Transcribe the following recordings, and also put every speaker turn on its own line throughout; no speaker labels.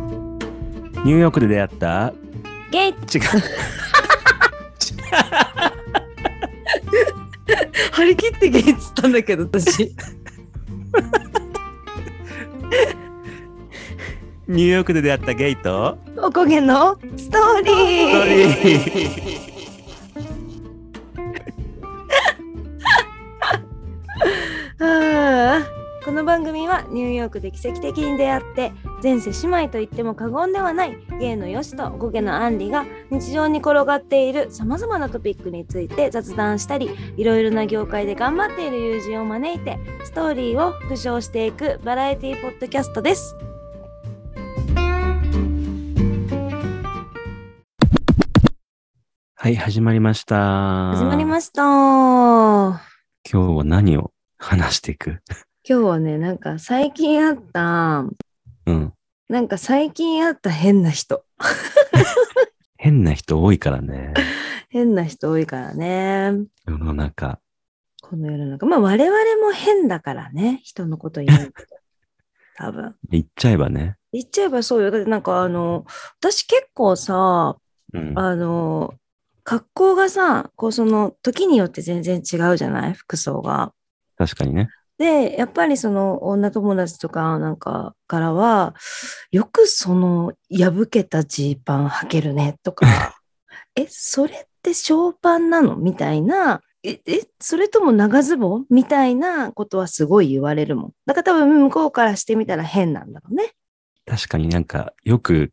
ニューヨークで出会った
ゲイ
違う
張り切ってゲイっつったんだけど私
ニューヨークで出会ったゲイと
おこげのストーリ ーあーこの番組はニューヨークで奇跡的に出会って前世姉妹と言っても過言ではない芸のよしとゴゲのアンリが日常に転がっているさまざまなトピックについて雑談したりいろいろな業界で頑張っている友人を招いてストーリーを復唱していくバラエティポッドキャストです。
はい始まりました
始まり
し
ました。今
た今日は何を話していく
日はねなんか最近あった
うん
なんか最近あった変な人
変な人多いからね
変な人多いからね。
世の中
この世の中。まあ我々も変だからね。人のこと 言うけど。多分。
言っちゃえばね
言っちゃえばそうよ。だってなんかあの、私結構さ、
うん
あの、格好がさ、こうその時によって全然違うじゃない服装が。
確かにね
で、やっぱりその女友達とかなんかからは、よくその破けたジーパン履けるねとか、 え、それってショーパンなのみたいな、え、え、それとも長ズボンみたいなことはすごい言われるもん。だから多分向こうからしてみたら変なんだろうね。
確かになんかよく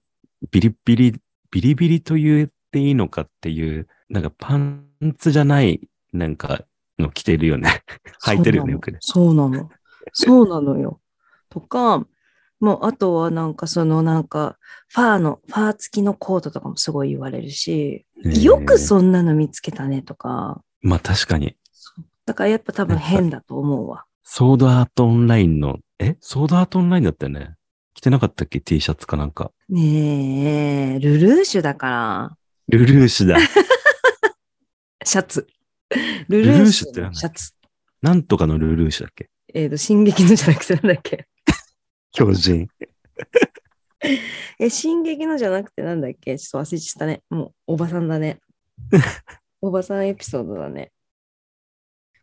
ビリビリビリビリと言っていいのかっていうなんかパンツじゃないなんかの着てるよね履いてるよねよくね
そうなの。そうなのよ。とか、もうあとはなんかそのなんか、ファーの、ファー付きのコートとかもすごい言われるし、よく
う。
そんなの見つけたねとか、
まあ確かに。
だからやっぱ多分変だと思うわ。
ソードアートオンラインの、えソードアートオンラインだったよね。着てなかったっけ ?T シャツかなんか。
ねえ、ルルーシュだから、
ルルーシ ュだ。
シャツ。ル
ル
ル
ー
ー
シ
シ
ュって
ュ
なん
の
だ
シャツ。
なんとかのルルーシュだっけ
えっ、と、進撃のじゃなくてなんだっけ
狂人。
え、進撃のじゃなくてなんだっけちょっと忘れちゃったね。もう、おばさんだ ね。おばさんエピソードだね。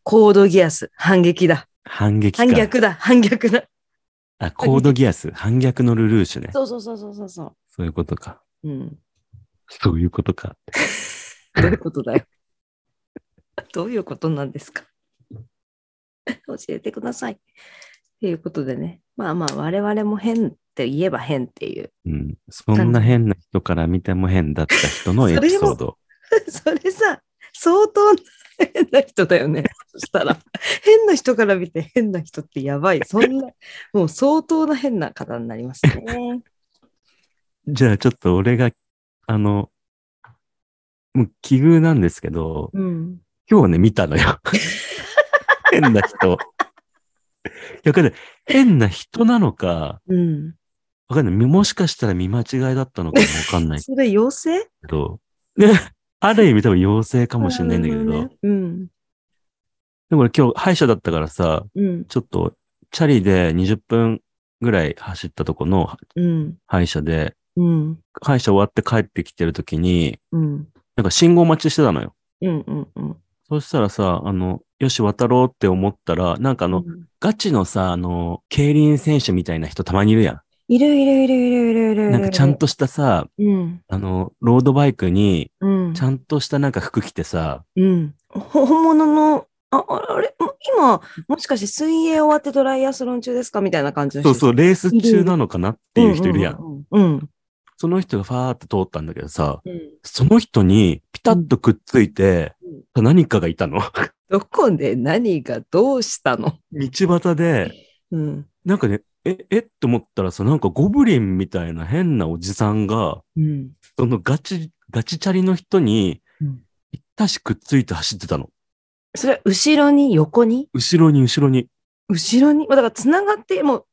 コードギアス、反撃だ。
反撃か。
反逆だ、反逆だ。
あ、コードギアス。反逆のルルーシュね。
そうそうそうそうそうそ
そういうことか。
う。うん。
そういうことか。
どういうことだよ。どういうことなんですか教えてください。っていうことでね。まあまあ、我々も変って言えば変っていう。
うん。そんな変な人から見ても変だった人のエピソード。
それさ、相当な変な人だよね。そしたら、変な人から見て変な人ってやばい。そんな、もう相当な変な方になりますね。
じゃあちょっと俺が、あの、もう奇遇なんですけど、
うん。
今日ね、見たのよ。変な人。いや、わかんない。変な人なのか、
うん。
わかんない。みもしかしたら見間違いだったのかもわかんないけ
それ妖精
ど。ね、ある意味多分妖精かもしれないんだけど。
ねうん。
でも俺今日歯医者だったからさ、
うん。
ちょっとチャリで20分ぐらい走ったとこの
うん。
歯医者で、
うん。
歯医者終わって帰ってきてるときに、
うん。
なんか信号待ちしてたのよ。
うん。うん。うん。
そしたらさ、あの、よし渡ろうって思ったら、なんかあの、ガチのさ、あの、競輪選手みたいな人たまにいるや
いるいるいるいるいるいる。
ん。なんかちゃん。としたさ、
うん。
あの、ロードバイクに、
うん
ち。ゃんとしたなんか服着てさ、
うん。ほ本物の、あ、あれ、あれも今、もしかして水泳終わってトライアスロン中ですかみたいな感じの
そ
人。
うそう、レース中なのかなっていう人いるやん。
ん。うん。
その人がファーって通ったんだけどさ、
うん
その人にピタッとくっついて、何かがいたの。
どこで何がどうしたの
道端で、
うん。
なんかね、え、えって思ったらさ、なんかゴブリンみたいな変なおじさんが、
うん。
そのガチ、ガチチャリの人に
うん、
ぴったしくっついて走ってたの。
それは後ろに横に
後ろに後ろに。
後ろにまあだからつながって、もう、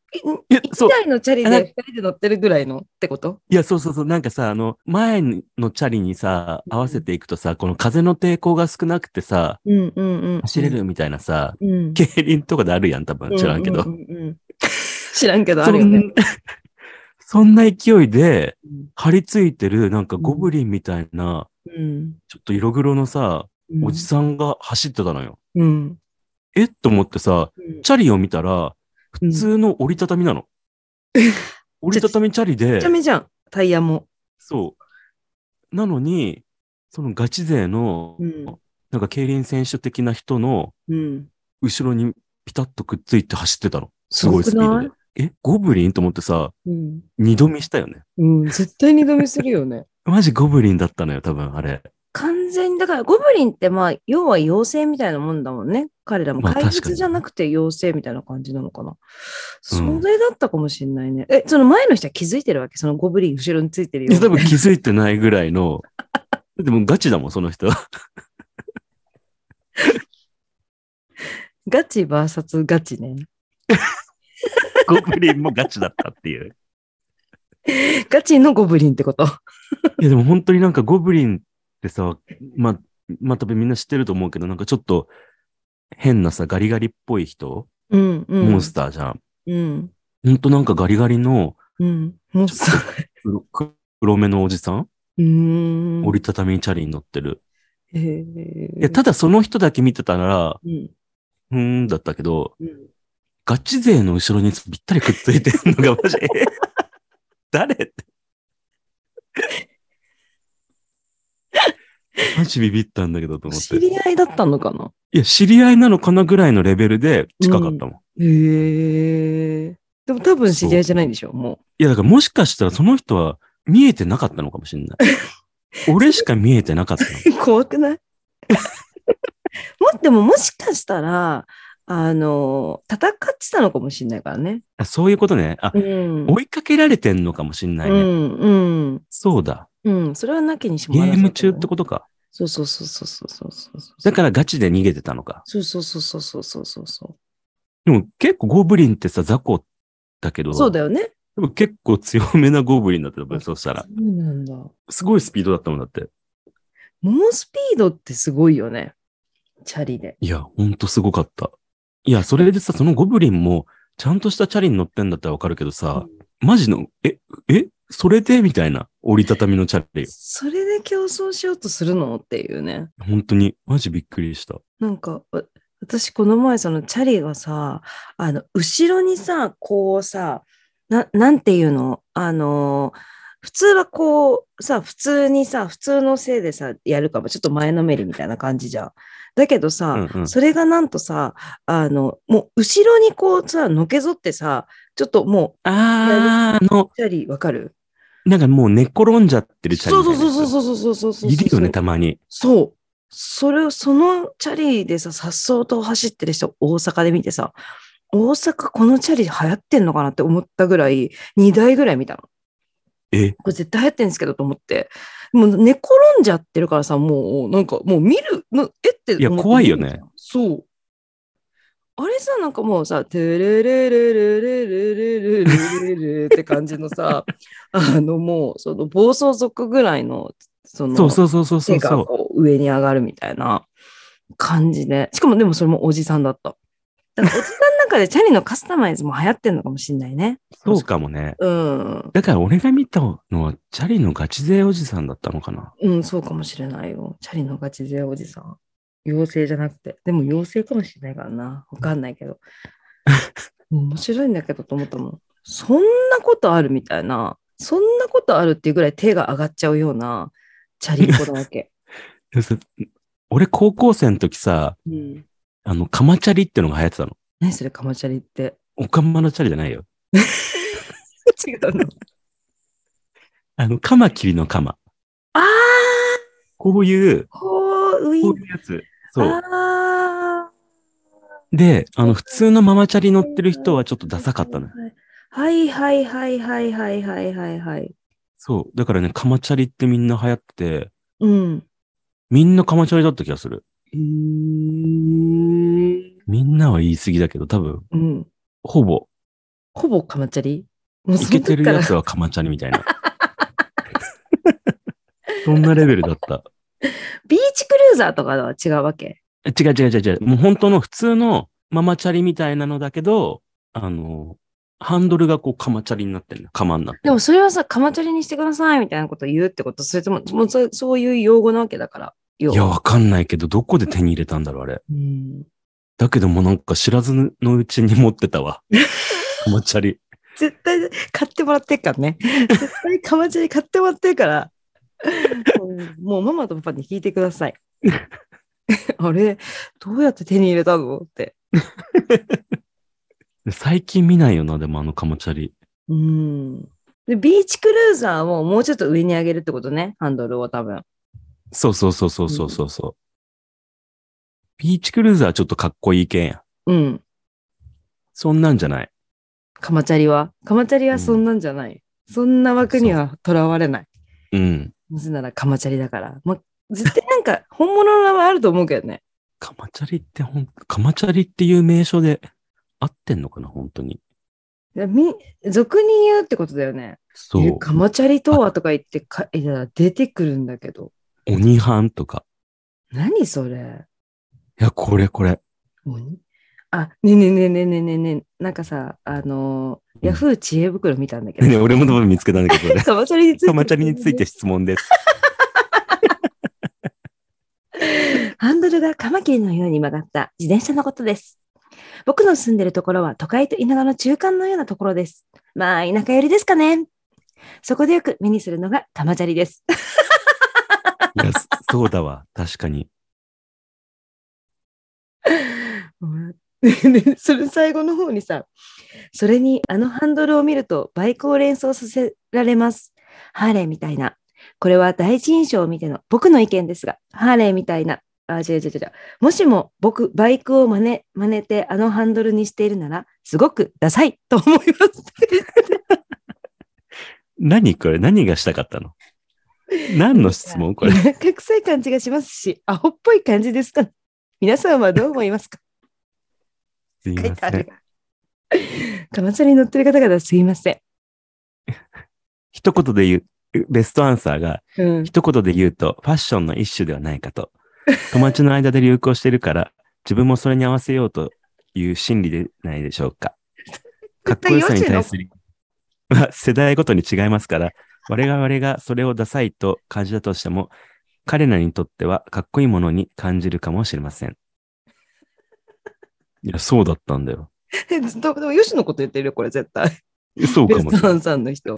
いや、そ
1
う。
台のチャリ
あな
で2人で乗ってるぐらいのってこと
いや、そうそうそう。なんかさ、あの、前のチャリにさ、
うん
合わせていくとさ、この風の抵抗が少なくてさ、
うんうんうん。
走れ。るみたいなさ、
うん。
競輪とかであるやん、多分。知らんけど。
ううううん知らんけどあるよ
そ
ね。
んそんな勢いで
うん
張り付いてるなんかゴブリンみたいな、
うん
ちょっと色黒のさ、
うん
おじさんが走ってたのよ。
うん
えっと思ってさ、
うん
チャリを見たら、普通の折りたたみなの。折りたたみチャリ
め
で
ちゃ、めちゃタイヤも。
そう。なのに、そのガチ勢の、
うん
なんか競輪選手的な人の
うん、
後ろにピタッとくっついて走ってたの。すごいスピード
す
で。え、ゴブリンと思ってさ、
うん
二度見したよね。
うん、絶対二度見するよね。
マジゴブリンだったのよ、多分あれ。
完全にだからゴブリンってまあ要は妖精みたいなもんだもんね彼らも
まあ
怪
確か
物
に
じゃなくて妖精みたいな感じなのかな、
うん
それだったかもしれないねえその前の人は気づいてるわけそのゴブリン後ろについてるよ
いや多分気づいてないぐらいの、 でもうガチだもん、その人。
ガチ VS ガチね
ゴブリンもガチだったって いう。
ガチのゴブリンってこと
いや、でも本当になんかゴブリンってさ、まあ、まあ多分みんな知ってると思うけど、なんかちょっと変なさ、ガリガリっぽい人、
うんうん
モンスターじゃん。
うん
ほんとなんかガリガリの
うんモンスター
黒黒目のおじさん、
うー ん
折りたたみチャリに乗ってる。
へ
いや、ただその人だけ見てたら、
うん
うーんだったけど、
うん
ガチ勢の後ろにぴったりくっついてる のがマジ、え 誰 って。マジビビったんだけどと思っ
知
て。
り合いだったのかない
や、知り合いなのかなぐらいのレベルで近かったもん。
へえでも多分知り合いじゃないんでしょも
いや、だからもしかしたらその人は見えてなかったのかもしれ ない。俺しか見えてなかったの。
う 怖くないもでももしかしたらあの戦ってたのかもしれないからね
あそういうことね。あ
う、ん
追いかけられてんのかもしれな
う
いね。
んうん
そうだ。
うんそれはなきにしも
ゲ
あらず
ーム中っ
だ
て
けどね
ことか。
そうそうそうそうそうそうそうそう
だからガチで逃げてたのか。
そうそうそうそうそうそうそうそ
でも結構ゴブリンってさ、雑魚だけど、
うそうだよね
でも結構強めなゴブリンだったよね、そうしたら
そ。うなんだ
すごいスピードだったもんだって。
猛スピードってすごいよねチャリで
いや、ほんとすごかった。いや、それでさ、そのゴブリンも、ちゃんとしたチャリに乗ってんだったらわかるけどさ、マジの、え、え、それでみたいな折りたたみのチャリ。
それで競争しようとするのっていうね
本当に、マジびっくりした。
なんか、わ私この前そのチャリがさ、あの、後ろにさ、こうさ、な、なんていうのあのー、普通はこうさ、普通にさ、普通のせいでさ、やるかも、ちょっと前のめりみたいな感じじゃん。だけど
う
さ、
んうん。
それがなんとさ、あの、もう後ろにこうさ、のけぞってさ、ちょっとも
あー、あの
う、、チャリわかる
なんかもう寝転んじゃってるチャリ
そ
み
う
た
そ
いうな。
そうそうそうそうそうそう。
いるよね、たまに。
そう。それを、そのチャリでさ、さっそうと走ってる人、大阪で見てさ、大阪このチャリ流行ってんのかなって思ったぐらい、2台ぐらい見たの。
え、
これ絶対流行ってんですけどと思って。もう寝転んじゃってるからさ、もう、なんかもう見る、のえって思って
いや怖いよね
見るじゃん。そう。あれさ、なんかもうさ、てれれれれれれれれれれれって感じのさ、 あのもう、その暴走族ぐらいの、その、
そうそうそうそうそ
手
う
が
そ
こう上に上がるみたいな感じで。しかもでもそれもおじさんだった。だからおじさんの中でチャリのカスタマイズも流行ってんのかもしんないね。
う。そうかもね。
うん。
だから俺が見たのは、チャリのガチ勢おじさんだったのかな。
うん、そうかもしれないよ。チャリのガチ勢おじさん。妖精じゃなくて。でも妖精かもしれないからな。わかんないけど。面白いんだけどと思ったもん。そんなことあるみたいな。そんなことあるっていうぐらい手が上がっちゃうようなチャリっ子だわけ。
でもさ俺高校生の時さ、
うん。
あの、カマチャリってのが流行ってたの。
何それ、カマチャリって。
オカマのチャリじゃないよ。
違う の。
あの、カマキリのカマ。
ああ
こういう、
こう、ウィ
こ
ン
ういうやつ。そう。
あ
で、あの、普通のママチャリ乗ってる人はちょっとダサかったのよ。
ーはいはいはいはいはいはいはいはい。
そう。だからね、カマチャリってみんな流行ってて、
うん。
みんなカマチャリだった気がする。
えー、
みんなは言い過ぎだけど、多分、
うん。
ほぼ、
ほぼカマチャリもう
いけてるやつはカマチャリみたいな。 そんなレベルだった。
ビーチクルーザーとかとは違うわけ。
違う違う違う違う。もう本当の普通のママチャリみたいなのだけど、あの、ハンドルがこう、カマチャリになってるの。カマになって
で
る。
もそれはさ、カマチャリにしてくださいみたいなこと言うってこと、それとも、もうそそういう用語なわけだから。要
い
は
や、わかんないけど、どこで手に入れたんだろう、あれ。
うん
だけどもうなんか知らずのうちに持ってた わ。カマチャリ。
絶対買ってもらってっから ね。絶対カマチャリ買ってもらってるから。うん もうママとパパに聞いてください。 あれ、どうやって手に入れたのって。
最近見ないよな、でもあのカマチャリ。
うん。で、ビーチクルーザーをもうちょっと上に上げるってことね、ハンドルを多分。
そうそうそうそうそうそうそう。ビーチクルーザーちょっとかっこいいけんや。
うん。
そんなんじゃない。
カマチャリは。カマチャリはそんなんじゃない。そんな枠にはとらわれない。
うん。
なぜならカマチャリだから。ま、絶対なんか本物の名前あると思うけどね。
カマチャリってほん、カマチャリっていう名称で合ってんのかな、本当に。
だみ俗に言うってことだよね。
そ
え
う。
カマチャリとはとか言ってかいや出てくるんだけど。
鬼ハンとか。
何それ
いや、これこれ。
鬼あ、ねえねえねえねえねえねえねえなんかさ、あのー
うん
ヤフー知恵袋見たんだけ
ね、
ど。、
俺も多分見つけたんだけど、ね
カマチャリに ついて。
カマチャリについて。質問です。
ハンドルがカマキリのように曲がった自転車のことです。僕の住んでるところは都会と田舎の中間のようなところです。まあ、田舎寄りですかね。そこでよく目にするのがカマチャリです。
いや、そうだわ。確かに。
うんでそれ最後の方にさ、それにあのハンドルを見るとバイクを連想させられます。ハーレーみたいな。これは第一印象を見ての僕の意見ですが、ハーレーみたいな。あ、違う違う違う。もしも僕、バイクを真似、真似てあのハンドルにしているなら、すごくダサいと思います。
何これ何がしたかった の何の質問これ。
隠さい感じがしますし、アホっぽい感じですか皆さんはどう思いますか
すい
書い
ま
てあ
せん
る。カマチャリに乗ってる方々すいません。
一言で言う、ベストアンサーが、
うん、
一言で言うと、ファッションの一種ではないかと。友達の間で流行してるから、自分もそれに合わせようという心理でないでしょう か。かっこよさに対する、まあ世代ごとに違いますから、我々がそれをダサいと感じたとしても、彼らにとってはかっこいいものに感じるかもしれません。いや、そうだったんだよ。
えずっとでも、吉のこと言ってるよ、これ絶対。
そう
ベ
かもしれ
スト
な
ア
い。
ンさんの人。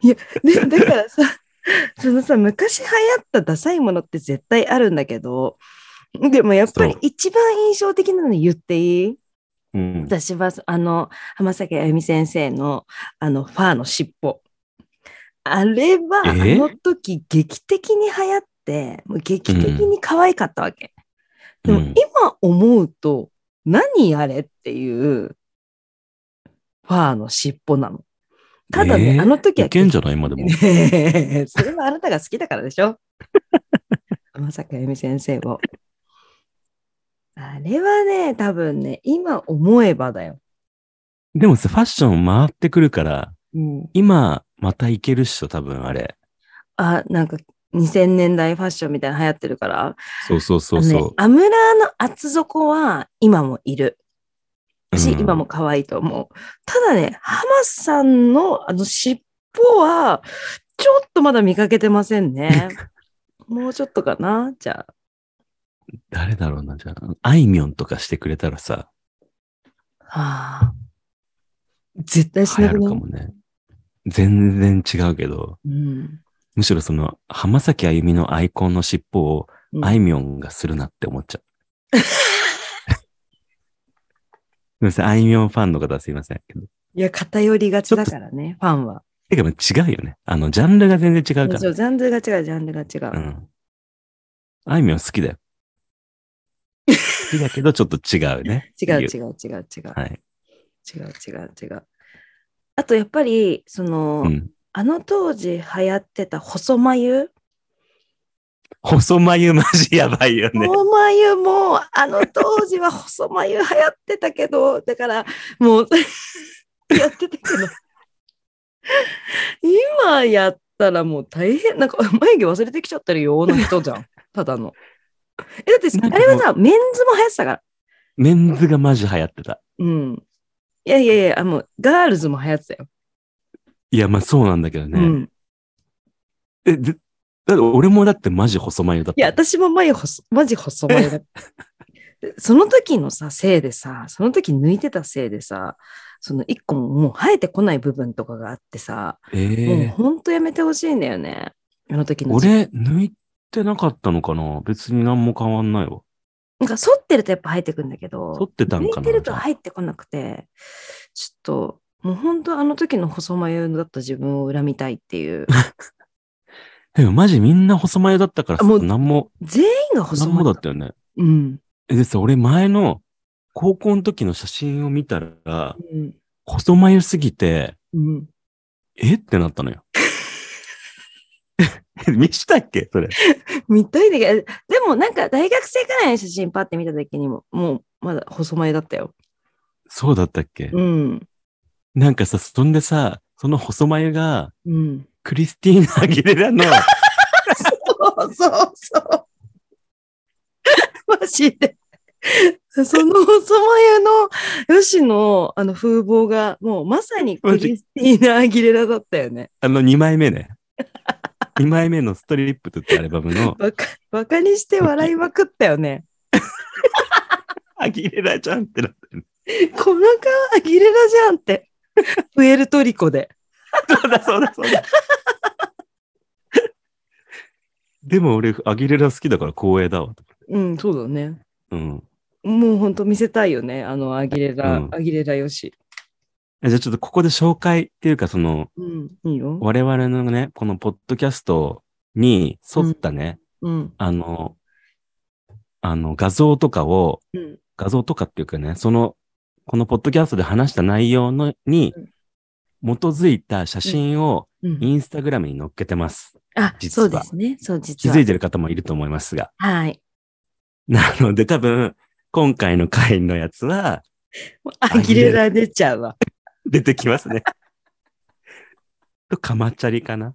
いや、でだからさ、 そのさ、昔流行ったダサいものって絶対あるんだけど、でもやっぱり
そう
一番印象的なの言っていい
うん、
私は、あの、浜崎あゆみ先生の、あの、ファーの尻尾。あれは、あ
え
の時、劇的に流行って、もう劇的に可愛かったわけ。
う
でも、
ん
今思うと、何あれっていう、ファーの尻尾なの。ただね、
えー
あの時はい
けんじゃない今でも。
ねえ それはあなたが好きだからでしょ まさかゆみ先生を。あれはね、多分ね、今思えばだよ。
でもさ、ファッション回ってくるから、
うん、
今、またいけるっしょ、多分あれ。
あ、なんか2000年代ファッションみたいなの流行ってるから。
そうそうそう
あのね
そ
アムラーの厚底は今もいる。
う。
し、
うん
今も可愛いと思う。ただね、浜さんのあの尻尾は、ちょっとまだ見かけてませんね。もうちょっとかなじゃあ。
誰だろうな、じゃあ。あいみょんとかしてくれたらさ、
はあ、絶対し
流
な
行
く
る
な
か
る。
もね。全然違うけど、
うん
むしろその、浜崎あゆみのアイコンの尻尾を、
うん
あいみょんがするなって思っちゃう。 すいません、あいみょんファンの方はすいませんけど。
いや、偏りがちだからね、ファンは。
てか、まあ違うよね。あの、ジャンルが全然違うか
そう
ら。
ジャンルが違う、ジャンルが違
う
う。
ん。あいみょん好きだよ。好きだけど、ちょっと違うね。
違う、
理由
違う、違う、違う、
はい。
違う、違う、違う。あと、やっぱり、その、
うん。
あの当時流行ってた細眉。
細眉マジやばいよね。
細眉も、あの当時は細眉流行ってたけど、だから、もう、 やってたけど。今やったらもう大変、なんか眉毛忘れてきちゃってるような人じ ゃん。ただの。え、だって
なんかもう
あれはさ、メンズも流行ってたから。
メンズがマジ流行ってた。
うん。いやいやいや、あもうガールズも流行ってたよ。
いや、まあそうなんだけどね。
うん。
え、でだって俺もだってマジ細眉だった。
いや、私も眉細、マジ細 眉だった。でその時のさ、せいでさ、その時抜いてたせいでさ、その一個ももう生えてこない部分とかがあってさ、
え
もう
え
ほんとやめてほしいんだよね。あの時の自分
俺、抜いてなかったのかな別に何も変わんないわ。
なんか剃ってるとやっぱ入ってくるんだけど、
剃ってたんかな
抜いてると入ってこなくて、ちょっと、もう本当あの時の細眉だった自分を恨みたいっ ていう。
でもマジみんな細眉だったからさ、
あもう
何も、
全員が細
何も
眉
だったよね。
うん。
え、でさ、俺前の高校の時の写真を見たら、
うん。
細眉すぎて、
うん。
えってなったの よ。見したっけそれ。
見たいだけど、でもなんか大学生くらいの写真パッて見た時にも、もうまだ細眉だったよ。
そうだったっけ、
うん。
なんかさ、そんでさ、その細眉が、
うん。
クリスティーナ・アギレラ の、
そうそうそう。マジで。その細眉のよしのあの風貌がもうまさにクリスティーナ・アギレラだったよね。
あの2枚目ね。2枚目のストリップとってアルバムの、
バカバカにして笑いまくったよね。
アギレラちゃんってなってる。
この顔アギレラじゃんって。 プエルトリコで。
そうだそうだそうだ。 でも俺、アギレラ好きだから光栄だわ。
うん、そうだね。
うん。
もうほんと見せたいよね。あのアギレラ、
うん
アギレラよし。
えじゃあちょっとここで紹介っていうか、その、
うん、いいよ。
我々のね、このポッドキャストに沿ったね、
うん、
あの、あの、画像とかを、
うん、
画像とかっていうかね、その、このポッドキャストで話した内容のに
うん、
基づいた写真を
うん。
インスタグラムに載っけてます。
あ、
実
そ
は
うですね。そう、実
気
は。
づいてる方もいると思いますが。
はい。
なので多分、今回の回のやつは
アギレラ出ちゃうわ。
出てきますね。 と、カマチャリかな。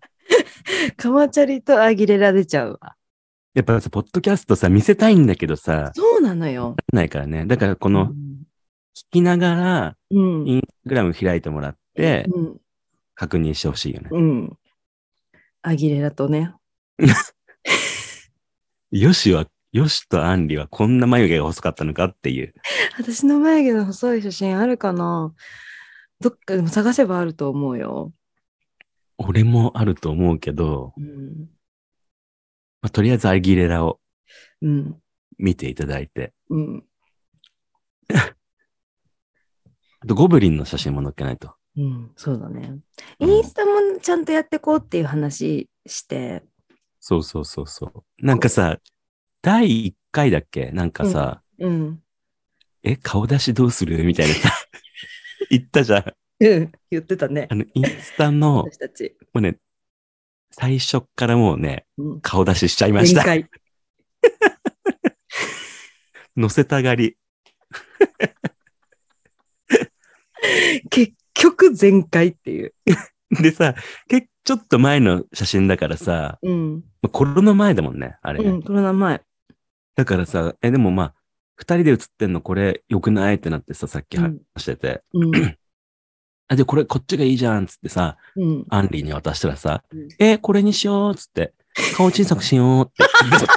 カマチャリとアギレラ出ちゃうわ。
やっぱさ、ポッドキャストさ、見せたいんだけどさ、
そうなのよ。
ないからね。だからこ
こ
の、、聞きながら、
うん。
インスタグラム開いてもらって、
うん。
確認してほしいよね。
うん。アギレラとね。
よしは、よしとアンリはこんな眉毛が細かったのかっていう。
私の眉毛の細い写真あるかなどっかでも探せばあると思うよ。
俺もあると思うけど、
うん。
まあ、とりあえずアギレラを
うん。
見ていただいて。
うん。
あと、ゴブリンの写真も載っけないと。
うん。そうだね。
うん
インスタもちゃんとやってこうっていう話して。
そうそうそうそう。なんかさ、第1回だっけなんかさ、
うん。
え、顔出しどうするみたいなさ、 言ったじゃん。
うん。言ってたね
あ。の、インスタの、も
私たち。
うね、最初っからもうね、
うん。
顔出ししちゃいま
全
した。
開。
載せたがり。
結局全開っていう。
でさ、けちょっと前の写真だからさ、
うん。
まあコロナ前だもんね、あれね。
うん。コロナ前。
だからさ、え、でもまあ、二人で写ってんのこれ良くないってなってさ、さっき
う
話
ん
してて、
うん。
あ、で、これこっちがいいじゃんっつってさ、
うん。
アンリーに渡したらさ、
うん
え、これにしようっつって、顔小さくしようって。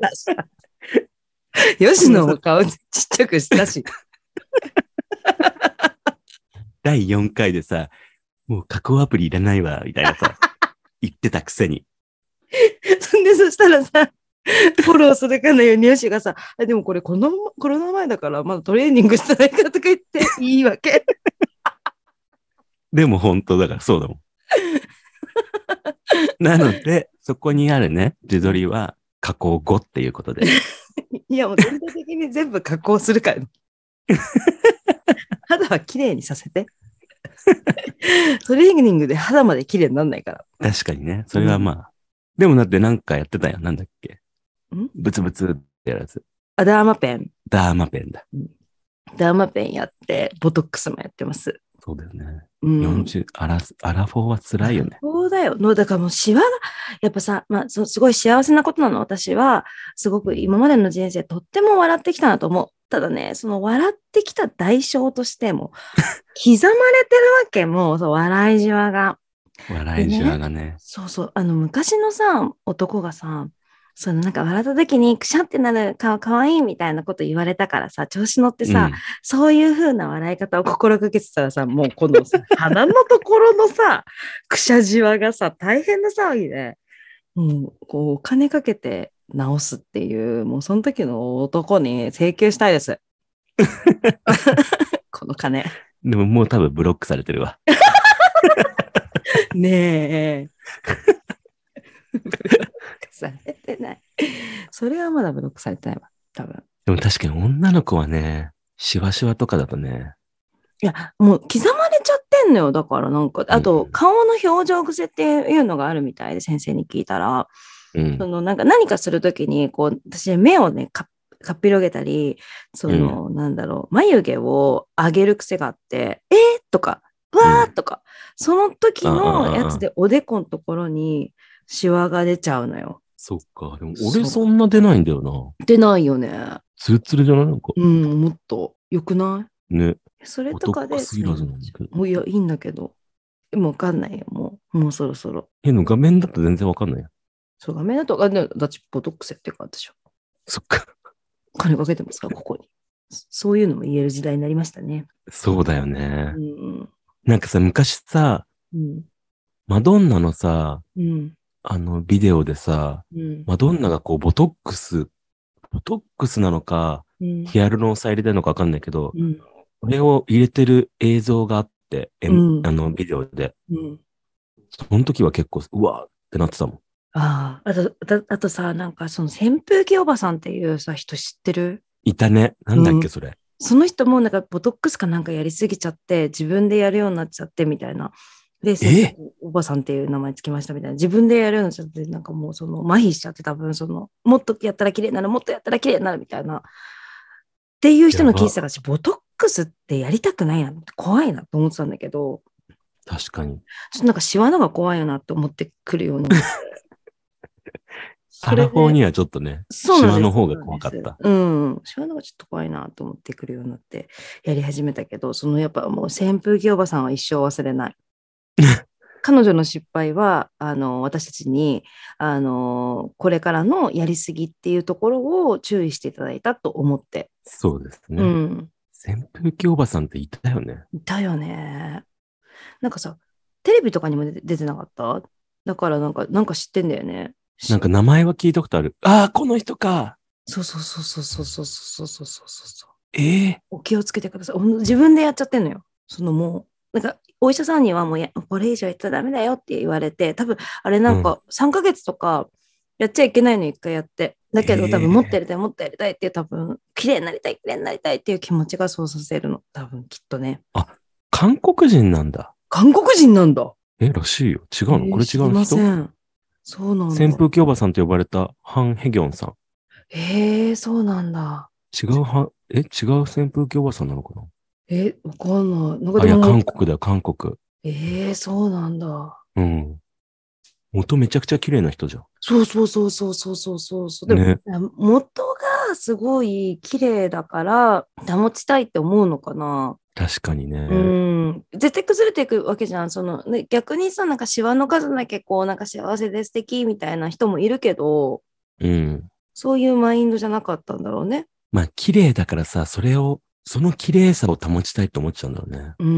吉野も顔ちっちゃくした し。
第4回でさ、もう加工アプリいらないわ、みたいな さ、言ってたくせに。
そんで、そしたらさ、フォローするかのように吉がさ、あでもこれこのコロナ前だからまだトレーニングしてないかとか言っていいわけ。
でも本当だからそうだ もん。なので、そこにあるね、自撮りは加工後っていうことで。
いや、もう全体的に全部加工する から。肌は綺麗にさせて。 トレーニングで肌まで綺麗になんないから。
確かにね、それはまあ。でもだってなんかやってたよ。なんだっけ
ん
ブツブツってやつ。
あ、ダーマペン。
ダーマペンだ。
ダーマペンやって、ボトックスもやってます。
そうだよね。
うん、
40、アラス、アラフォーは辛いよね。
そうだよ。のだからもうしわ、やっぱさ、まあ、そすごい幸せなことなの、私は、すごく今までの人生、とっても笑ってきたなと思う。ただね、その笑ってきた代償として も、刻まれてるわけ、もう、そう笑いじわが。
笑いじわがね。
そうそう、あの、昔のさ、男がさ、そのなんか笑った時にくしゃってなる顔かわいいみたいなこと言われたからさ、調子乗ってさ、そういう風な笑い方を心がけてたらさ、もうこのさ鼻のところのさ、 くしゃじわがさ、大変な騒ぎで、うん、こう、お金かけて直すっていう、もうその時の男に請求したいです。この金。
うん。でももう多分ブロックされてるわ。
ねえ。されてない。それはまだブロックされてないわ、多分。
でも確かに女の子はね、シワシワとかだとね、
いや、もう刻まれちゃってんのよ。だからなんか、あと
うん
顔の表情癖っていうのがあるみたいで、先生に聞いたら、
うん
そ。のなんか何かするときに、こう、私目をね、かかっぴろげたり、その、なんだろう、眉毛を上げる癖があって、えー、とか、うわーとか、その時のやつでおでこのところにシワが出ちゃうのよ。
そっか。でも
そう
俺そんな出ないんだよな。
出ないよね。
ツルツルじゃないなんか。
うん、もっと良くない
ね。
それとかで
男すぎるはずなんだけど。
もういや、いいんだけど。もうわかんないよ、もう。もうそろそろ。
えの画面だと全然わかんないや。
そう、画面だと、あ、でも、だちボトックスやってるから私は。
そっか。
お金かけてますから、ここに。そそういうのも言える時代になりましたね。
そうだよ
う
ね。
ん。
なんかさ、昔さ、
うん。
マドンナのさ、
うん。
あのビデオでさ、
うん。
マドンナがこうボトックス、ボトックスなのか、
うん。
ヒアルロン酸入れてるのかわかんないけど、
うん。
これを入れてる映像があって、え
うん
あのビデオで。
うん。
その時は結構、うわーってなってたもん。
ああ。あと、だあとさ、なんか、その扇風機おばさんっていうさ、人知ってる
いたね。なんだっ
うん
け、それ。
その人もなんかボトックスかなんかやりすぎちゃって自分でやるようになっちゃってみたいな。で、
え
おばさんっていう名前つきましたみたいな。自分でやるようになっちゃって、なんかもうその麻痺しちゃって多分その、もっとやったら綺麗になる、もっとやったら綺麗になるみたいな。っていう人の聞いてたから、私ボトックスってやりたくないな、怖いなと思ってたんだけど、
確かに。
ちょっとなんかシワのが怖いなって思ってくるようになって。
ア
それ
ラ
で
フォーにはちょっとね、
そうなんです
シワの方が怖かった。
うん。シワの方がちょっと怖いなと思ってくるようになってやり始めたけど、そのやっぱもう扇風機おばさんは一生忘れ ない。彼女の失敗は、あの、私たちに、あの、これからのやりすぎっていうところを注意していただいたと思って。
そうですね。
うん。
扇風機おばさんっていたよね。
だよね。なんかさ、テレビとかにも出て出てなかっただからなんか、なんか知ってんだよね。
なんか名前は聞いたことある。ああ、この人か。
そうそうそうそうそうそうそうそうそうそう。
ええ
お気をつけてください。ほんと自分でやっちゃってんのよ。そのもう、なんか、お医者さんにはもうや、これ以上やっちゃダメだよって言われて、多分、あれなんか、3ヶ月とか、やっちゃいけないの一回やって。だけど、
えー
多分、もっとやりたい、もっとやりたいっていう、多分、綺麗になりたい、綺麗になりたいっていう気持ちがそうさせるの。多分、きっとね。
韓国人なんだ。
韓国人なんだ。
え、らしいよ。違うの、
え
これ違
ー
うの
知
人
りません。そうなんだ。
扇風機おばさんと呼ばれたハン・ヘギョンさん。
えー、そうなんだ。
違うは、え、違う扇風機おばさんなのかな
え、わかんない。なんか
あ、い
で
や、
も
韓国だよ、韓国。
えー、そうなんだ。
うん。元めちゃくちゃ綺麗な人じゃん。
そうそうそうそうそうそうそうそう。でも、
ね
元がすごい綺麗だから保ちたいって思うのかな。
確かにね。
うん。絶対崩れていくわけじゃん。その、ね、逆にさ、なんかシワの数だけこう、なんか幸せで素敵みたいな人もいるけど、
うん
そういうマインドじゃなかったんだろうね。
まあ、綺麗だからさ、それを、その綺麗さを保ちたいと思っちゃうんだろうね。
う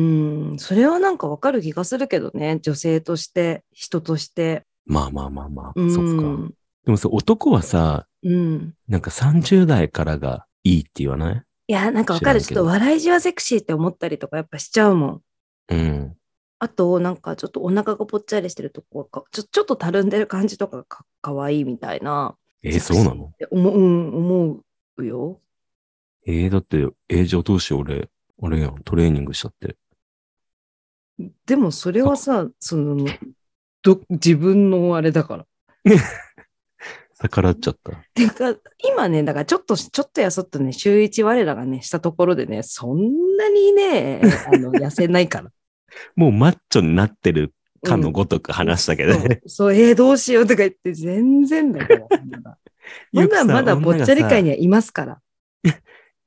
ん。それはなんかわかる気がするけどね。女性として、人として。
まあまあまあまあ、
うん。
そっか。でもさ、男はさ、
うん。
なんか30代からがいいって言わない
いや、なんかわかる。
知らんけ
ちょっ
ど
と笑いじわセクシーって思ったりとかやっぱしちゃうもん。
うん。
あと、なんかちょっとお腹がぽっちゃりしてるとこがかちょ、ちょっとたるんでる感じとかがかかわいいみたいな。
えーそうなの
って思う、うん、思うよ。
えーだって、えーじゃあどうしよう、俺、俺やん、トレーニングしちゃって。
でもそれはさ、その、ど自分のあれだから。
逆らっちゃった。
てか、今ね、だからちょっと、ちょっとやそ っとね、週一我らがね、したところでね、そんなにね、あの、痩せないから。
もうマッチョになってるかのごとく話したけど
そ
ね
う。そう、えー、どうしようとか言って、全然 だから。まだま
よく
だ
さ
まだぼっちゃり界にはいますから。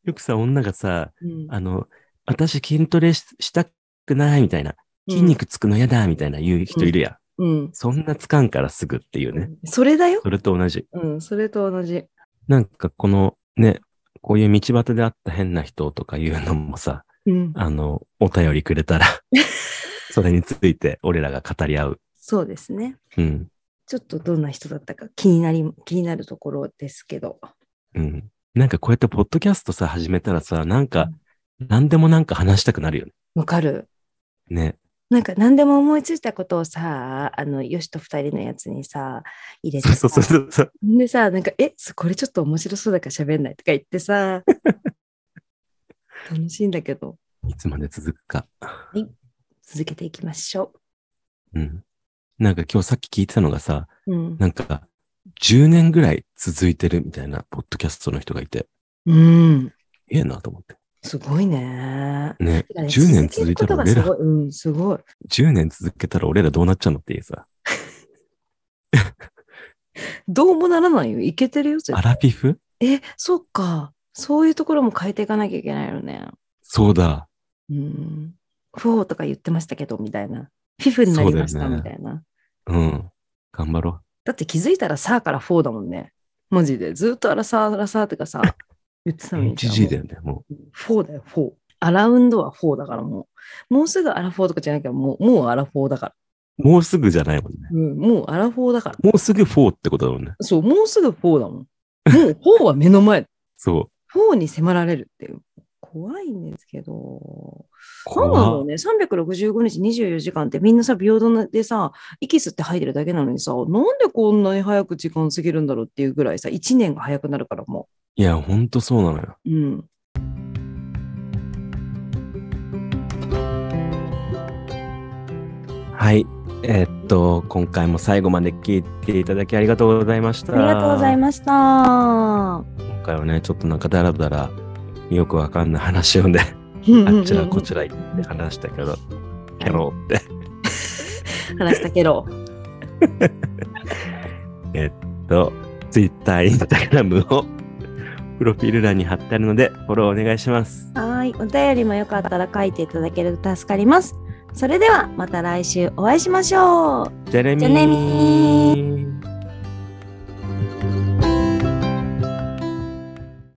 よくさ、女がさ、
うん
あの、私筋トレししたくないみたいな、筋。肉つくの嫌だみたいな言う人いるや、ん。
うん。
そんなつかんからすぐっていうね。
それだよ。
それと同じ。
うん、それと同じ。
なんかこのね、こういう道端で会った変な人とかいうのもさ、
うん。
あの、お便りくれ たら、それについて俺らが語り合う。
そうですね。
うん。
ちょっとどんな人だったか気になり、気になるところですけど。
うん。なんかこうやってポッドキャストさ、始めたらさ、なんか、何でもなんか話したくなるよね。
わかる
ね。
なんか何でも思いついたことをさ、あの、よしと二人のやつにさ、入れて
そうそ
さ
うそうそう。
でさ、なんか、え、そこれちょっと面白そうだから喋んないとか言っ てさ、楽しいんだけど、
いつまで続くか。
続けていきましょ
うん。なんか今日さっき聞いてたのがさ、
う。うん。
なんか、10年ぐらい続いてるみたいな、ポッドキャストの人がいて、
うん。
ええなと思って。
すごいね。
ね。10年続いたら俺
続ける
ら
ことがす、ごい。うん、すごい。
10年続けたら俺らどうなっちゃうのっていうさ、
どうもならないよ。いけてるよ、絶
ア
対
ラフィフ
え、そっか。そういうところも変えていかなきゃいけないよね。
そうだ。
うん。フォーとか言ってましたけど、みたいな。フィフになりまし
そ
た、
うだよ
み
ね
たいな。
うん。頑張ろ
だって気づいたらさーからフォーだもんね。マジで。ずっとあらさーあらさーって かさ、言ってた
う。
のにさ。
HG だよね、もう。
フォーだよ、フォー。アラウンドはフォーだからもう。もうすぐアラフォーとかじゃなきゃもう、もうアラフォーだから。
もうすぐじゃないもんね。
うん、もうアラフォーだから。
もうすぐ4ってことだもんね。
そう、もうすぐフォーだもん。もうフォーは目の前。
そう。
フォーに迫られるっていう。怖いんですけど。なんだ
怖
ろう
っ
ね、365日24時間ってみんなさ、平等でさ、息吸って吐いてるだけなのにさ、なんでこんなに早く時間過ぎるんだろうっていうぐらいさ、1年が早くなるからも
いや、ほんとそうなのよ。
う。うん。
はい。えーっと、今回も最後まで聞いていただきありがとうございまし
あ
た。
りがとうございました。
今回はね、ちょっとなんかダラダラ、よくわかんない話をね、 あっちらこちら行って話したけど、やろうって。
話したけど。
と、Twitter、Instagram をプロフィール欄に貼ってあるので、フォローお願いします。
はい、お便りもよかったら書いていただけると助かります。それではまた来週お会いしましょう。
じゃねみ
じゃねみ
ー。